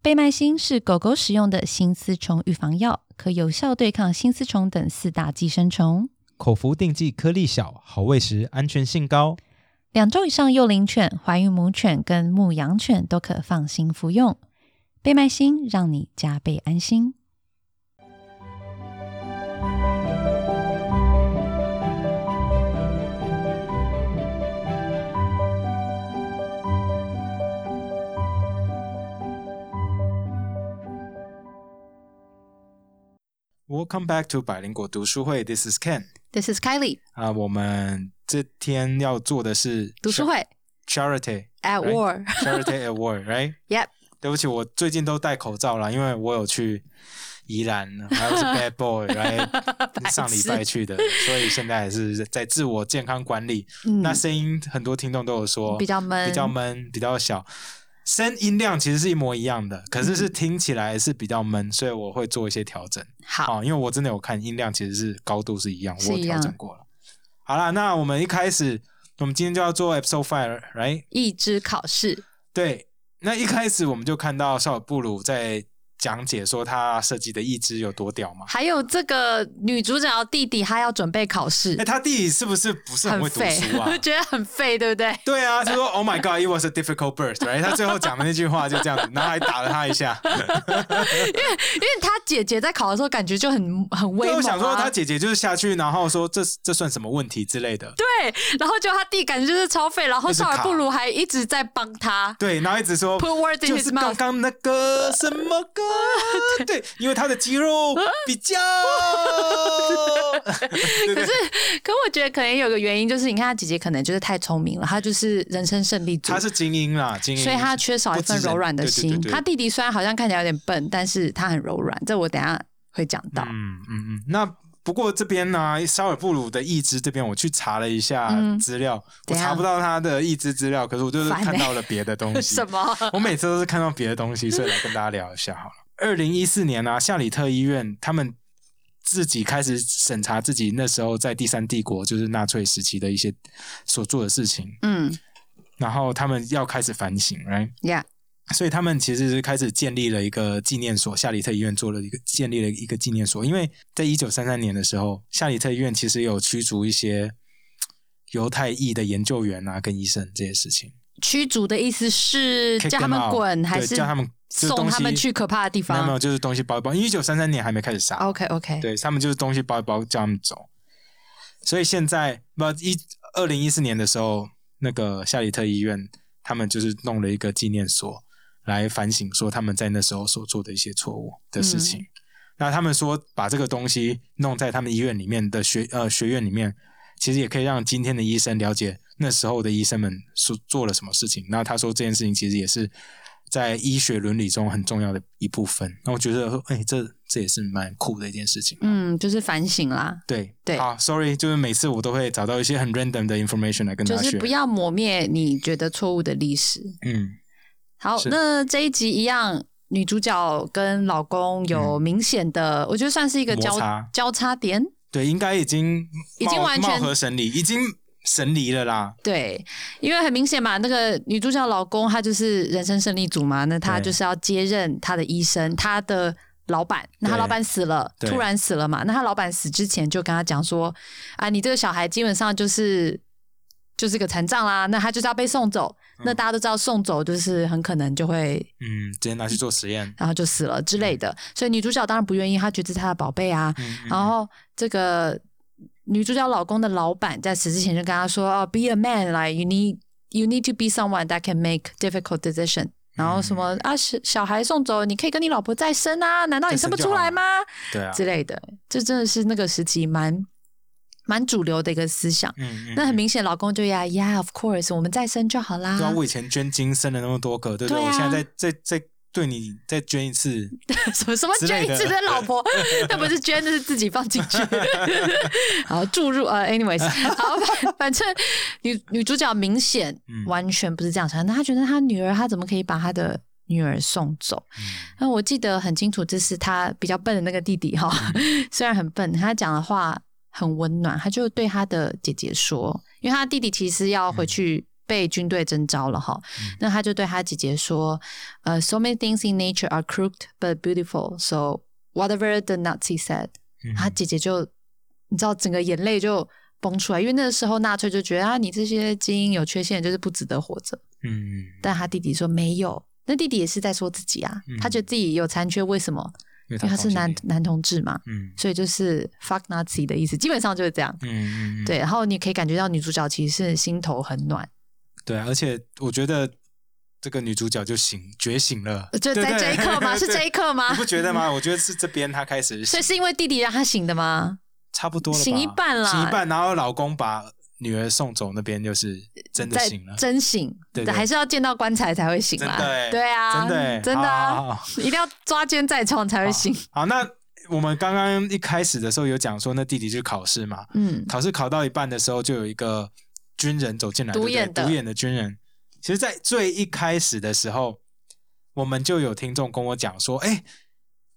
贝麦星是狗狗使用的新丝虫预防药，可有效对抗新丝虫等四大寄生虫。口服定剂颗粒小，好喂食，安全性高。两周以上幼龄犬、怀孕母犬跟牧羊犬都可放心服用。贝麦星让你加倍安心。 Welcome back to 百灵果读书会，This is Ken。 This is Kylie，啊，我们这天要做的是读书会 Charity at right war。 Charity Award，right？ Yep，对不起，我最近都戴口罩了，因为我有去宜兰，还有是 Bad Boy，right？上礼拜去的，所以现在还是在自我健康管理。嗯那声音很多听众都有说比较闷，比较闷，比较小。声音量其实是一模一样的，嗯可是是听起来是比较闷，所以我会做一些调整好。啊、因为我真的有看音量，其实是高度是一样，我是有一调样整过了。好啦，那我们一开始，我们今天就要做 episode five，right？一支考试，对，那一开始我们就看到绍尔布鲁在讲解说他设计的义肢有多屌嘛。还有这个女主角弟弟，他要准备考试哎、，他弟弟是不是不是很会读废书啊？， 觉得很废，对不对？对啊，就说 Oh my God, it was a difficult birth，right？他最后讲的那句话就这样子，然后还打了他一下。因为他姐姐在考的时候，感觉就很很 威猛、因为啊，我想说，他姐姐就是下去，然后说这这算什么问题之类的。对， 然后就他弟感觉就是超废，然后就是绍卡尔布鲁还一直在帮他对，然后一直说 put word in 就是 his 刚 mouth，刚那个什 么歌，对，因为他的肌肉比较，对对，可我觉得可能也有个原因，就是你看他姐姐可能就是太聪明了，她就是人生胜利组他，是精英啦，精英，所以他缺少一份柔软的不知心人对对对。对他弟弟虽然好像看起来有点笨，但是他很柔软，这我等一下会讲到。嗯嗯嗯，那。不过这边呢、绍尔布鲁的义肢这边，我去查了一下嗯资料，我怎样查不到他的义肢资料，可是我就是烦欸看到了别的东西。 什么？ 我每次都是看到别的东西，所以来跟大家聊一下好了。二零一四年啊，夏里特医院他们自己开始审查自己那时候在第三帝国，就是纳粹时期的一些所做的事情，嗯然后他们要开始反省，right？ ，Yeah，所以他们其实是开始建立了一个纪念所，夏里特医院做了一个建立了一个纪念所，因为在一九三三年的时候，夏里特医院其实有驱逐一些嘖犹太裔的研究员啊跟医生这些事情，驱逐的意思是 Kick 叫嗯 them 他们 out，滚，对还是叫他们就是送东他们西去可怕的地没有没方有，就是东西包一包，因为一九三三年还没开始杀， ？OK OK，对他们就是东西包一包叫他们走。所以现在不一二零一四年的时候，那个夏里特医院他们就是弄了一个纪念所来反省说他们在那时候所做的一些错误的事嗯情。那他们说把这个东西弄在他们医院里面的学呃学院里面，其实也可以让今天的医生了解那时候的医生们所做了什么事情。那他说这件事情其实也是在医学伦理中很重要的一部分。那我觉得，哎、这这也是蛮酷的一件事情。嗯，就是反省啦，对对好，sorry，就是每次我都会找到一些很 random 的 information 来跟大就家是学。不要磨灭你觉得错误的历史。嗯，好是，那这一集一样，女主角跟老公有明显的，我觉得算是一个交嗯摩擦交叉点。对，应该已经已经貌完全貌合神离，已经神离了啦。对，因为很明显嘛，那个女主角老公他就是人生胜利组嘛，那他对就是要接任他的医生，他的老板。那他对老板死了，对突然死了嘛，那他老板死之前就跟他讲说，啊，你这个小孩基本上就是就是个残障啦，那他就是要被送走。那大家都知道，送走就是很可能就会嗯，直接拿去做实验。然后就死了之类的。所以女主角当然不愿意，她觉得是她的宝贝啊。嗯，嗯然后这个女主角老公的老板在死之前就跟她说：“哦、b e a man，like you need you need to be someone that can make difficult decision。”然后什嗯么啊，小小孩送走，你可以跟你老婆再生啊？难道你再生生不就出好来了吗？对啊，之类的，这真的是那个时期蛮蛮主流的一个思想。嗯嗯，那很明啊显，老公就呀呀，of course，我们再生就好啦。对啊，我以前捐精生了那么多个，对不对啊我现在再再再对你再捐一次，什么什么之捐类一的次的老 婆，那不是捐，那是自己放进去。好，注入呃，anyways，好，反反正女女主角明显嗯完全不是这样想，那她觉得她女儿，她怎么可以把她的女儿送走？嗯 那我记得很清楚，这是她比较笨的那个弟弟哈， 虽然很笨，他讲的话很温暖，他就对他的姐姐说，因为他弟弟其实要回去被军队征召了哈。 那他就对他姐姐说：“呃，so many things in nature are crooked but beautiful. So whatever the Nazi said，、嗯他姐姐就你知道，整个眼泪就崩出来，因为那个时候纳粹就觉得啊，你这些基因有缺陷，就是不值得活着。嗯，但他弟弟说没有，那弟弟也是在说自己啊，嗯他觉得自己有残缺，为什么？因为因为他是同性男恋男同志嘛，嗯所以就是 fuck Nazi 的意思，基本上就是这样。嗯嗯，嗯对，然后你可以感觉到女主角其实是心头很暖，对啊，而且我觉得这个女主角就醒觉醒了，呃就对在对这一刻吗？是对这一刻吗你？不觉得吗？我觉得是这边她开始呃 啊所醒以是因为弟弟让她醒的吗？差不多了吧，醒一半啦醒一半，然后老公把女儿送走，那边就是真的在醒了，真醒，对对还是要见到棺材才会醒啦真的欸。对啊，真的欸真的好好啊好好，一定要抓奸在床才会醒。好，那我们刚刚一开始的时候有讲说，那弟弟去考试嘛，嗯，考试考到一半的时候，就有一个军人走进来，独眼对不对的独眼的军人。其实，在最一开始的时候，我们就有听众跟我讲说：“哎，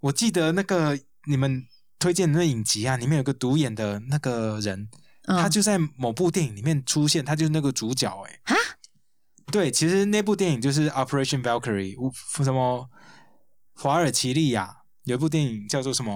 我记得那个你们推荐的那影集啊，里面有个独眼的那个人，嗯他就在某部电影里面出现，他就是那个主角。”哎，啊，对，其实那部电影就是 Operation Valkyrie，乌什么华尔奇利亚有一部电影叫做什么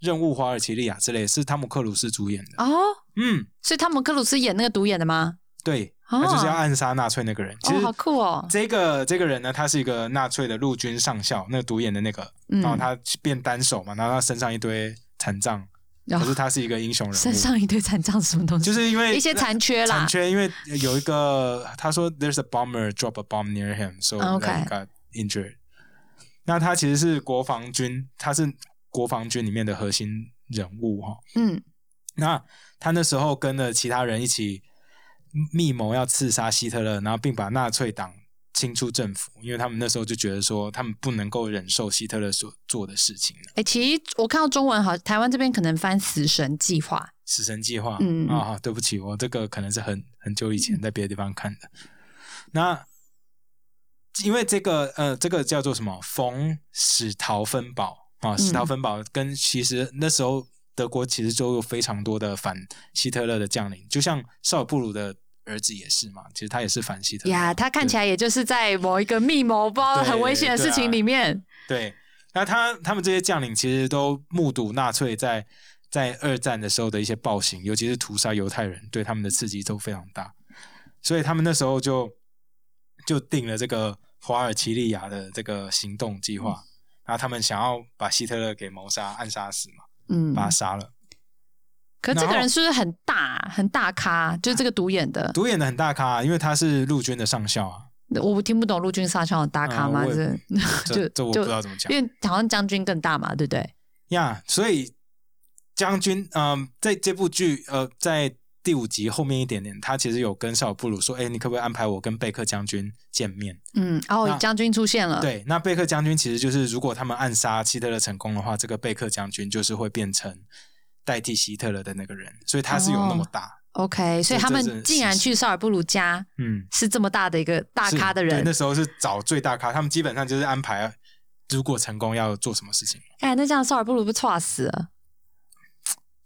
《任务华尔奇利亚》之类，是汤姆克鲁斯主演的。哦，嗯。所以汤姆克鲁斯演那个独眼的吗？对，哦他就是要暗杀纳粹那个人。其哦，实好酷哦。这个这个人呢，他是一个纳粹的陆军上校，那个独眼的那个，嗯然后他变单手嘛，然后他身上一堆残障，然可后是他是一个英雄人哦身物，上一堆残障是什么东西？就是因为一些残缺啦残缺，因为有一个他说 there's a bomber drop a bomb near him, so 啊 that ，OK he got injured。那他其实是国防军，他是国防军里面的核心人物哈、嗯那他那时候跟了其他人一起密谋要刺杀希特勒，然后并把纳粹党清出政府，因为他们那时候就觉得说他们不能够忍受希特勒所做的事情了。哎、其实我看到中文好，台湾这边可能翻“死神计划死神计划，嗯啊、对不起，我这个可能是很很久以前在别的地方看的。那因为这个呃，这个叫做什么冯史陶芬堡啊，嗯史陶芬堡跟其实那时候德国其实就有非常多的反希特勒的将领，就像绍尔布鲁的儿子也是嘛，其实他也是反希”特勒。呀，他看起来来也就是在某一个密谋、不知道对很危险的对事情啊里面，对。那他他们这些将领其实都目睹纳粹在在二战的时候的一些暴行，尤其是屠杀犹太人，对他们的刺激都非常大，所以他们那时候就就定了这个华尔奇利亚的这个行动计划，嗯然后他们想要把希特勒给谋杀、暗杀死嘛，嗯，把他杀了。可这然个后人是不是很大很大咖？就是这个独眼的，独眼的很大咖、啊因为他是陆军的上校啊，我听不懂陆军上校的大咖嗯吗？我也这 就这这我不就知道怎么 讲。因为好像将军更大嘛，对不对？呀所以将军，嗯、在这部剧，呃，在第五集后面一点点，他其实有跟绍尔布鲁说，哎，你可不可以安排我跟贝克将军见面？嗯，哦那，将军出现了，，对，那贝克将军其实就是，如果他们暗杀希特勒成功的话，这个贝克将军就是会变成代替希特勒的那个人，所以他是有那么哦大， OK，所以这他这是们竟然事实去绍尔布鲁家嗯，是这么大的一个大是咖的对人那，时候是找最大咖，他们基本上就是安排，如果成功要做什么事情。哎，那这样绍尔布鲁不猝死了？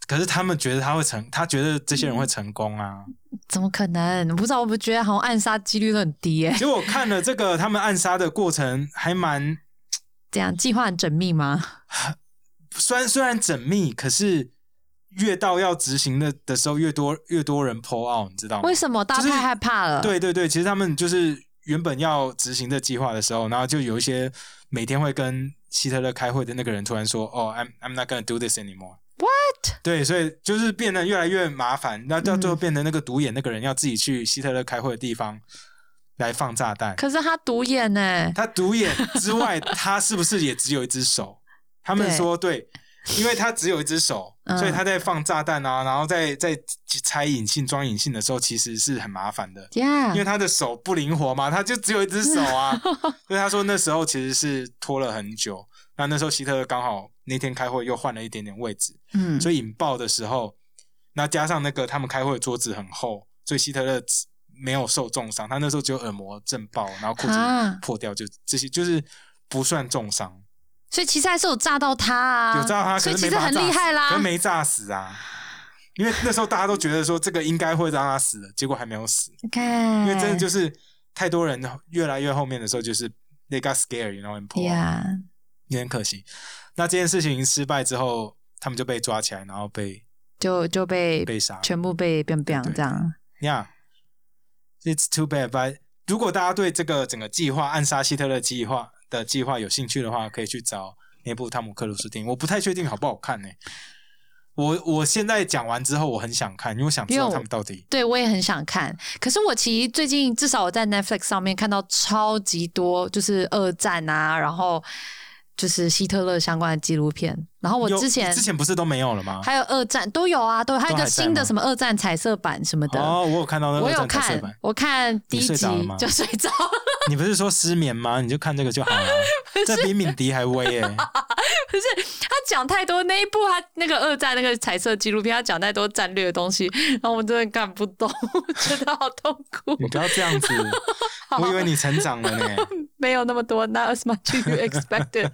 可是他们觉得他会成，他觉得这些嗯人会成功啊。怎么可能？不知道，我不觉得好像暗杀几率都很低耶、结果我看了这个他们暗杀的过程，还蛮这样计划很缜密吗？虽然虽然缜密，可是越到要执行的的时候，越多越多人 pull out，你知道吗？为什么大家哦就是太害怕了？对对对，其实他们就是原本要执行这计划的时候，然后就有一些每天会跟希特勒开会的那个人突然说：“哦、i m I'm not gonna do this anymore。” What？嗯对，所以就是变得越来越麻烦，那到最后变成那个独眼那个人要自己去希特勒开会的地方来放炸弹。可是他独眼呢、他独眼之外，他是不是也只有一只手？他们说对，因为他只有一只手，嗯所以他在放炸弹啊，然后在在拆引信、装引信的时候，其实是很麻烦的，因为 Yeah，他的手不灵活嘛，他就只有一只手啊。所以他说那时候其实是拖了很久。那那时候希特勒刚好那天开会又换了一点点位置，嗯，所以引爆的时候，那加上那个他们开会的桌子很厚，所以希特勒只没有受重伤，他那时候只有耳膜震爆，然后裤啊子破掉，就这些就是不算重伤，所以其实还是有炸到他啊，有炸到他，所可以其是没实把他很炸厉死害啦可是。没炸死啊。因为那时候大家都觉得说这个应该会让他死了，结果还没有死，你看，因为真的就是太多人越来越后面的时候，就是 they got scared，you know，and pull out yeah，有点可惜。那这件事情失败之后，他们就被抓起来，然后被就就被被杀。全部被变变对这样。 Yeah, it's too bad. But 如果大家对这个整个计划暗杀希特勒计划的计划有兴趣的话，可以去找那部汤姆克鲁斯电影。我不太确定好不好看呢、欸我我现在讲完之后，我很想看，因为我想知因为道我他们到底对，我也很想看。可是我其实最近至少我在 Netflix 上面看到超级多，就是二战啊，然后就是希特勒相关的纪录片。然后我有之前之前不是都没有了吗？还有二战都有啊，都有还有一啊个都还在新的吗什么二战彩色版什么的。哦，我有看到那个我二有战彩色看版，。我看第一你睡集着了吗就睡着了，你不是说失眠吗？你就看这个就 好了，这比敏迪还威耶、不是他讲太多那一部他那个二战那个彩色纪录片，他讲太多战略的东西，然后我真的看不懂， 我觉得好痛苦。你不要这样 子，我以为你成长了呢。没有那么多，not as much you expected。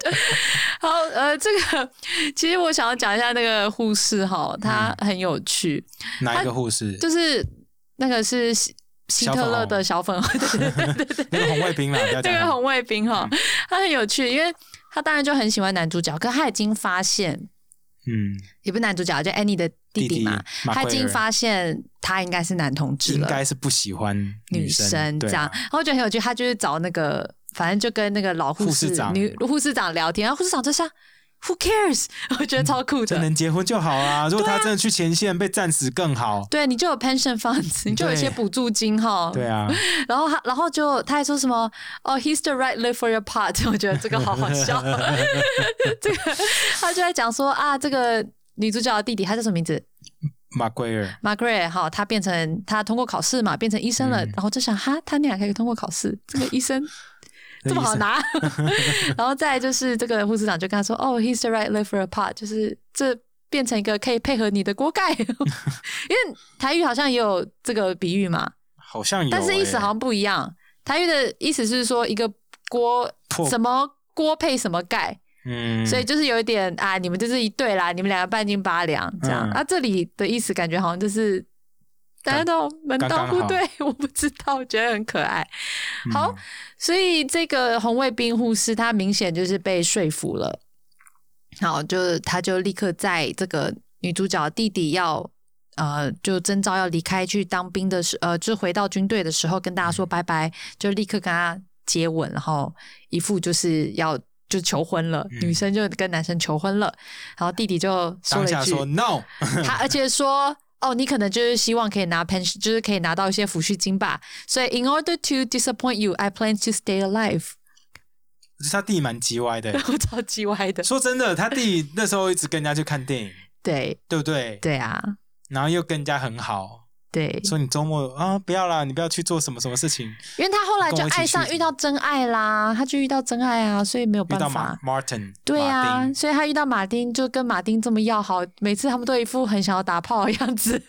好，呃，这个其实我想要讲一下那个护士哈，她嗯很有趣，哪一个 护士？就是那个是希希小粉特勒红的小粉红， 对对对对对那个红卫兵啦，不这要 讲个了。红卫兵哈，嗯他很有趣，因为他当然就很喜欢男主角，可他已经发现，嗯，也不是男主角，就 Annie 的弟弟嘛，马他已奎经尔发现他应该是男同志应了，该是不喜欢女生这对样，啊然后我觉得很有趣，他就是找那个，反正就跟那个老护护士士长女护士长聊天，然后护士长就是、啊、Who cares？我 觉得超酷这的。能结婚就好啊！如果他真的去前线被战死更好。啊对，你就有 pension funds，你就有一些对补助金哈。对啊，然后他，然后就他还说什么哦，He's the right live for your part，我觉 得这个好好笑。这个他就在讲说啊，这个女主角的弟弟，他叫什么名字马奎尔， ？Margaret 哈，他变成他通过考试嘛，变成医生了。嗯然后就想哈，他那还可以通过考试，这个医生 这么好拿。然后再来就是这个护士长就跟他说哦，He's the right live for your part，就是这。变成一个可以配合你的锅盖，因 为台语好像也有这个比喻嘛，好像有欸，但是意思好像不一样。台语的意思是说一个锅破什么锅配什么盖，嗯，所以就是有一点啊，你们就是一对啦，你们两个半斤八两这样。嗯啊，这里的意思感觉好像就是大家都门刚当刚户好对，我不知道，我觉得很可爱。嗯好，所以这个红卫兵护士他明显就是被说服了，好，就他就立刻在这个女主角弟弟要呃就征召要离开去当兵的时呃，就回到军队的时候跟大家嗯说拜拜，就立刻跟他接吻，然后一副就是要。就求婚了，嗯女生就跟男生求婚了，然后弟弟就说当了一下句说 no，他而且说。哦，你可能就是希望可以拿 pension，就是可以拿到一些抚恤金吧。所以，in order to disappoint you, I plan to stay alive。 就是他弟蛮叽歪的然。后超级歪的，说真的，他弟那时候一直跟人家去看电影，对对不对？对啊，然后又跟人家很好，对，说你周末啊不要啦，你不要去做什么什么事情。因为他后来就爱上跟我一起去遇到真爱啦，他就遇到真爱啊，所以没有遇办到马法。 Martin，对马啊，丁所以他遇到马丁就跟马丁这么要好，每次他们都一副很想要打炮的样 子。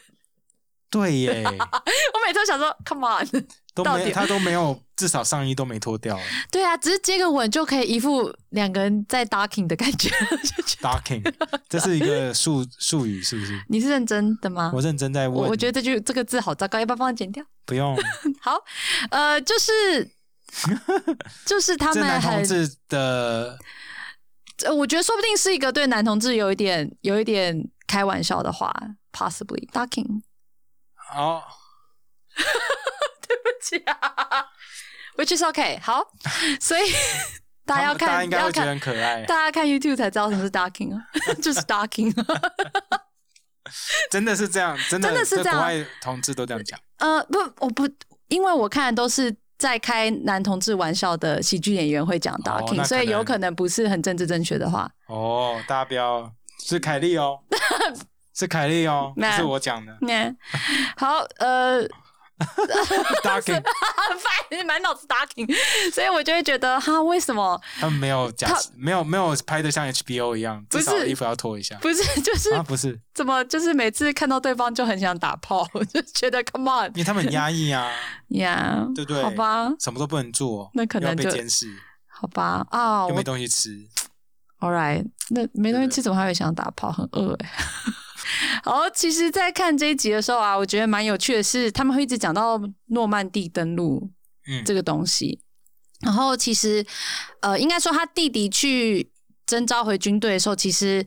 对 耶，我每次都想说，Come on，都到没底他都没有，至少上衣都没脱掉 对啊，只是接个吻就可以一副两个人在 docking 的感觉，就觉得，docking，这 是一个术术语是不是？ 你是认真的吗？我认真在我问，我觉得这句这个字好糟糕，要不要帮我剪掉？不用，好，呃，就是 就是他这们男同很，志的呃我觉得说不定是一个对男同志有一点有一点开玩笑的话，possibly ducking。哦， 对不起啊，which is okay。好， 所以大家要他们大家看应该要会觉得看很可爱，大家看 YouTube 才知道什么是 ducking 啊， 就是 ducking。 真的是这样，真的真的是在这样国外同志都这样讲，呃，不，我不，因为我看的都是在开男同志玩笑的喜剧演员会讲 ducking，、哦那所以可有能可能不是很政治正确的 话。哦，大家不要，是凯 莉哦，是凯莉哦，不那是我 讲的那、嗯好，呃， ，docking，很烦，满脑子 ducking，所 以我就会觉得哈，为什么他们没有假他，没有没有拍的像 HBO 一样，不至是少衣服要脱一下不是 就是、啊，不是，怎么就是每次看到对方就很想打炮， 我就觉得 come 因为他们很压 抑啊， on 呀、对不对好吧，什么都不能做，那可能又要被就监视，好吧啊，又我没东西吃，嗯 all right，那没东西吃怎么还会想打炮？很饿哎、 好，其实，在看这一集的时候啊，我觉得蛮有趣的是，他们会一直讲到诺曼底登陆嗯这个东西。然后，其实，呃，应该说他弟弟去征召回军队的时候，其实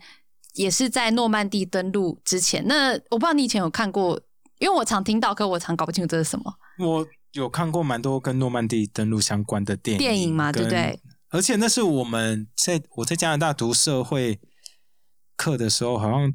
也是在诺曼底登陆之前。那我不知道你以前有看过，因为我常听到，可我常搞不清楚这是什么我有看过蛮多跟诺曼底登陆相关的电影电影嘛，对不对？？而且那是我们在我在加拿大读社会课的时候，好像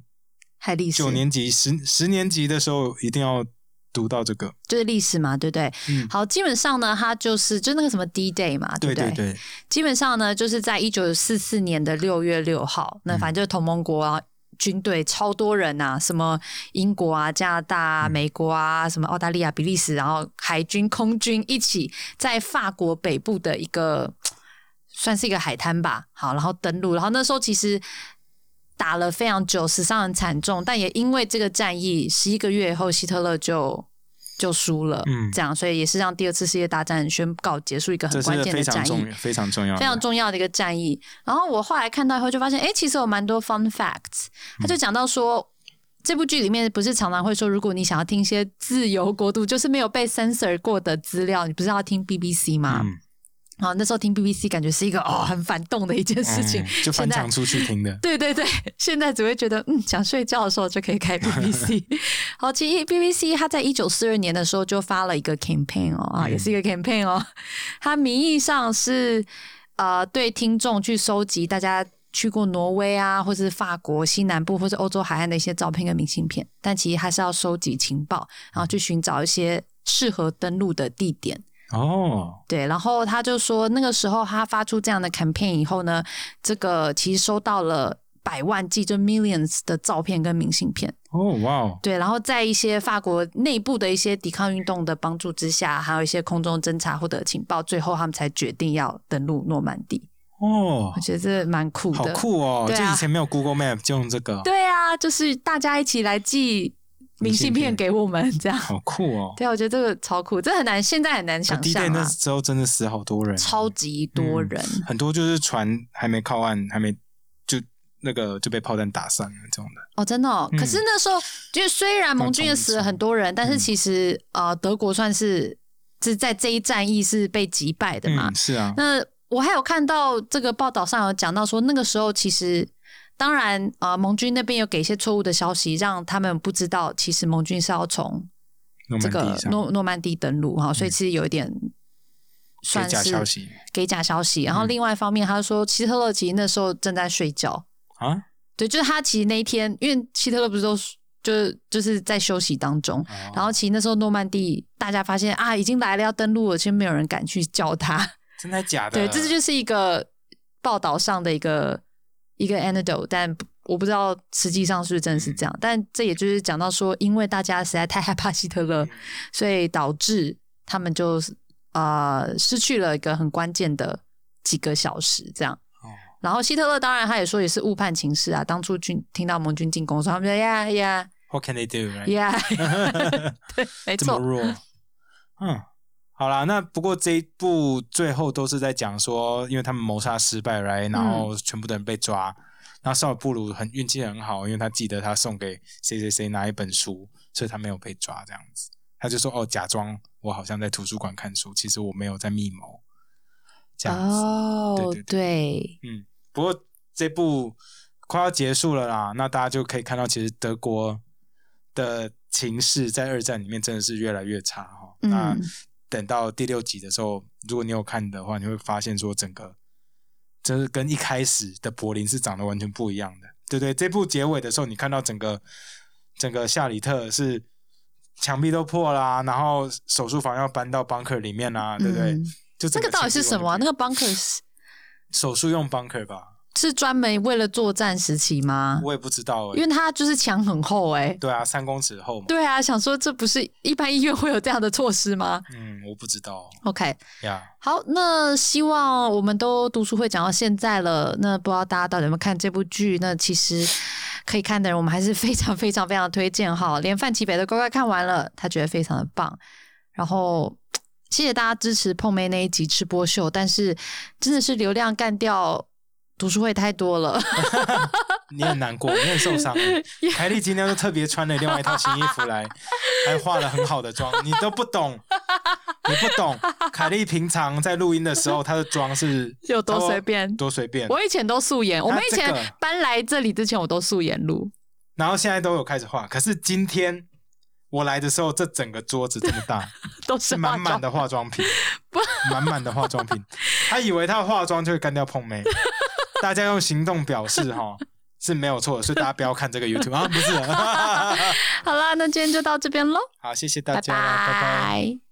还历史九年级、十十年级的时候一定要读到这个。就是历史嘛，对不对？嗯，好，基本上呢，它就是就那个什么 D Day 嘛，对不对？对对，基本上呢，就是在一九四四年的六月六号，那嗯反正就是同盟国啊，军队超多人啊，什么英国啊、加拿大、啊、嗯美国啊、什么澳大利亚、比利时，然后海军、空军一起在法国北部的一个算是一个海滩吧，好，然后登陆，然后那时候其实。打了非常久，死伤很惨重，但也因为这个战役，十一个月以后，希特勒就就输了，嗯这样，所以也是让第二次世界大战宣告结束一个这很关是键非的常战役重。要、非常重要的、非常重要的一个战役。然后我后来看到以后就发现，哎，其实有蛮多 fun facts。他嗯就讲到说，这部剧里面不是常常会说，如果你想要听一些自由国度，就是没有被 censor 过的资料，你不是要听 BBC 吗？嗯然后那时候听 BBC 感觉是一个哦很反动的一件事情，嗯就翻现在墙出去听的。对对对， 现在只会觉得嗯，想睡觉的时候就可以开 BBC。好，其实 BBC 它在一九四二年的时候就发了一个 campaign 哦，啊，嗯也是一个 campaign 哦，它名义上是呃对听众去收集大家。去过挪威啊，或是法国西南部，或是欧洲海岸的一些照片跟明信片，但其实还是要收集情报，然后去寻找一些适合登陆的地点。哦，对，然后他就说，那个时候他发出这样的 campaign 以后呢，这个其实收到了百万计，就 millions 的照片跟明信片。哦，哇哦，对，然后在一些法国内部的一些抵抗运动的帮助之下，还有一些空中侦察或者情报，最后他们才决定要登陆诺曼底。哦我，觉得这蛮酷好的。酷哦！啊对就啊以前没有 Google Map，就用这个，对啊，就是大家一起来寄明明信信片片给我们，这样。好酷哦。 对啊，我觉得这个超酷，这很难，现在很难想低象那啊，时候真的死好多人，超级多嗯人。很多就是船还没靠岸，还没就那个就被炮弹打散了这种的。哦，真的、哦。嗯可是那时候，就是虽然盟军也死了很多人，但是嗯其实呃，德国算是是在这一战役是被击败的嘛。嗯，是啊，那我还有看到这个报道上有讲到说，那个时候其实当然呃，盟军那边有给一些错误的消息，让他们不知道其实盟军是要从诺这曼个底上诺诺曼底登陆哈，所以其实有一点。算给假是消息给假消息，然后嗯另外一方面，他说希特勒其实那时候正在睡觉，啊，对，就是他其实那一天，因为希特勒不是都就是就是在休息当中，哦然后其实那时候诺曼底大家发现啊已经来了要登陆了，其实没有人敢去叫他。真的假的？对，这就是一个报道上的一个一个 anecdote，但不我不知道实际上是不是真的是嗯这样。但这也就是讲到说，因为大家实在太害怕希特嗯勒， 所以导致他们就呃失去了一个很关键的几个小时这样哦。然后希特勒当然他也说也是误判情势啊，当初军听到盟军进攻的时候，他们说呀呀 What can they do？right？呀， 对，没哎这么错，弱，嗯，好啦，那不过这一部最后都是在讲说，因为他们谋杀失败来，然嗯后全部的人被抓。然后绍尔布鲁很运气很好，因为他记得他送给谁谁谁哪一本书，所以他没有被抓。这样子，他就说：“哦，假装我好像在图书馆看书，其实我没有在密谋。”这样子，哦对对，对，嗯，不过这部快要结束了啦，那大家就可以看到，其实德国的情势在二战里面真的是越来越差哈、哦。那嗯，等到第六集的时候，如果你有看的话，你会发现说整个就是跟一开始的柏林是长得完全不一样的，对不对？这部结尾的时候，你看到整个整个夏里特是墙壁都破啦，然后手术房要搬到 bunker 里面啦，对不对？嗯就那整个到底情是绪什么啊、完全那不一样个 bunker 是手术用 bunker 吧？是专门为了作战时期吗？我也不知道、欸，因为它就是墙很厚哎、对啊，三公尺厚嘛。对啊，想说这不是一般医院会有这样的措施吗嗯，我不知道？OK，呀。好，那希望我们都读书会讲到现在了，那不知道大家到底有没有看这部剧？那其实可以看的人，我们还是非常非常非常推荐哈，连范奇北都乖乖看完了，他觉得非常的棒，然后。谢谢大家支持碰妹那一集吃播秀，但是真的是流量干掉读书会太多了，你很难过，你很受伤。凯莉今天就特别穿了另外一套新衣服来，还化了很好的妆，你都不懂，你不懂。凯莉平常在录音的时候，她的妆是有多随便多随便。我以前都素颜，我们以前那啊这个搬来这里之前我都素颜录，然后现在都有开始化，可是今天我来的时候，这整个桌子这么大，都是 是化满妆满的化 妆品，满满的化妆品。他以为他化妆就会干掉碰妹，大家用行动表示哈是没有错的，所以大家不要看这个 YouTube 啊，不是。 好啦，那今天就到这边喽，好，谢谢大拜家，拜拜拜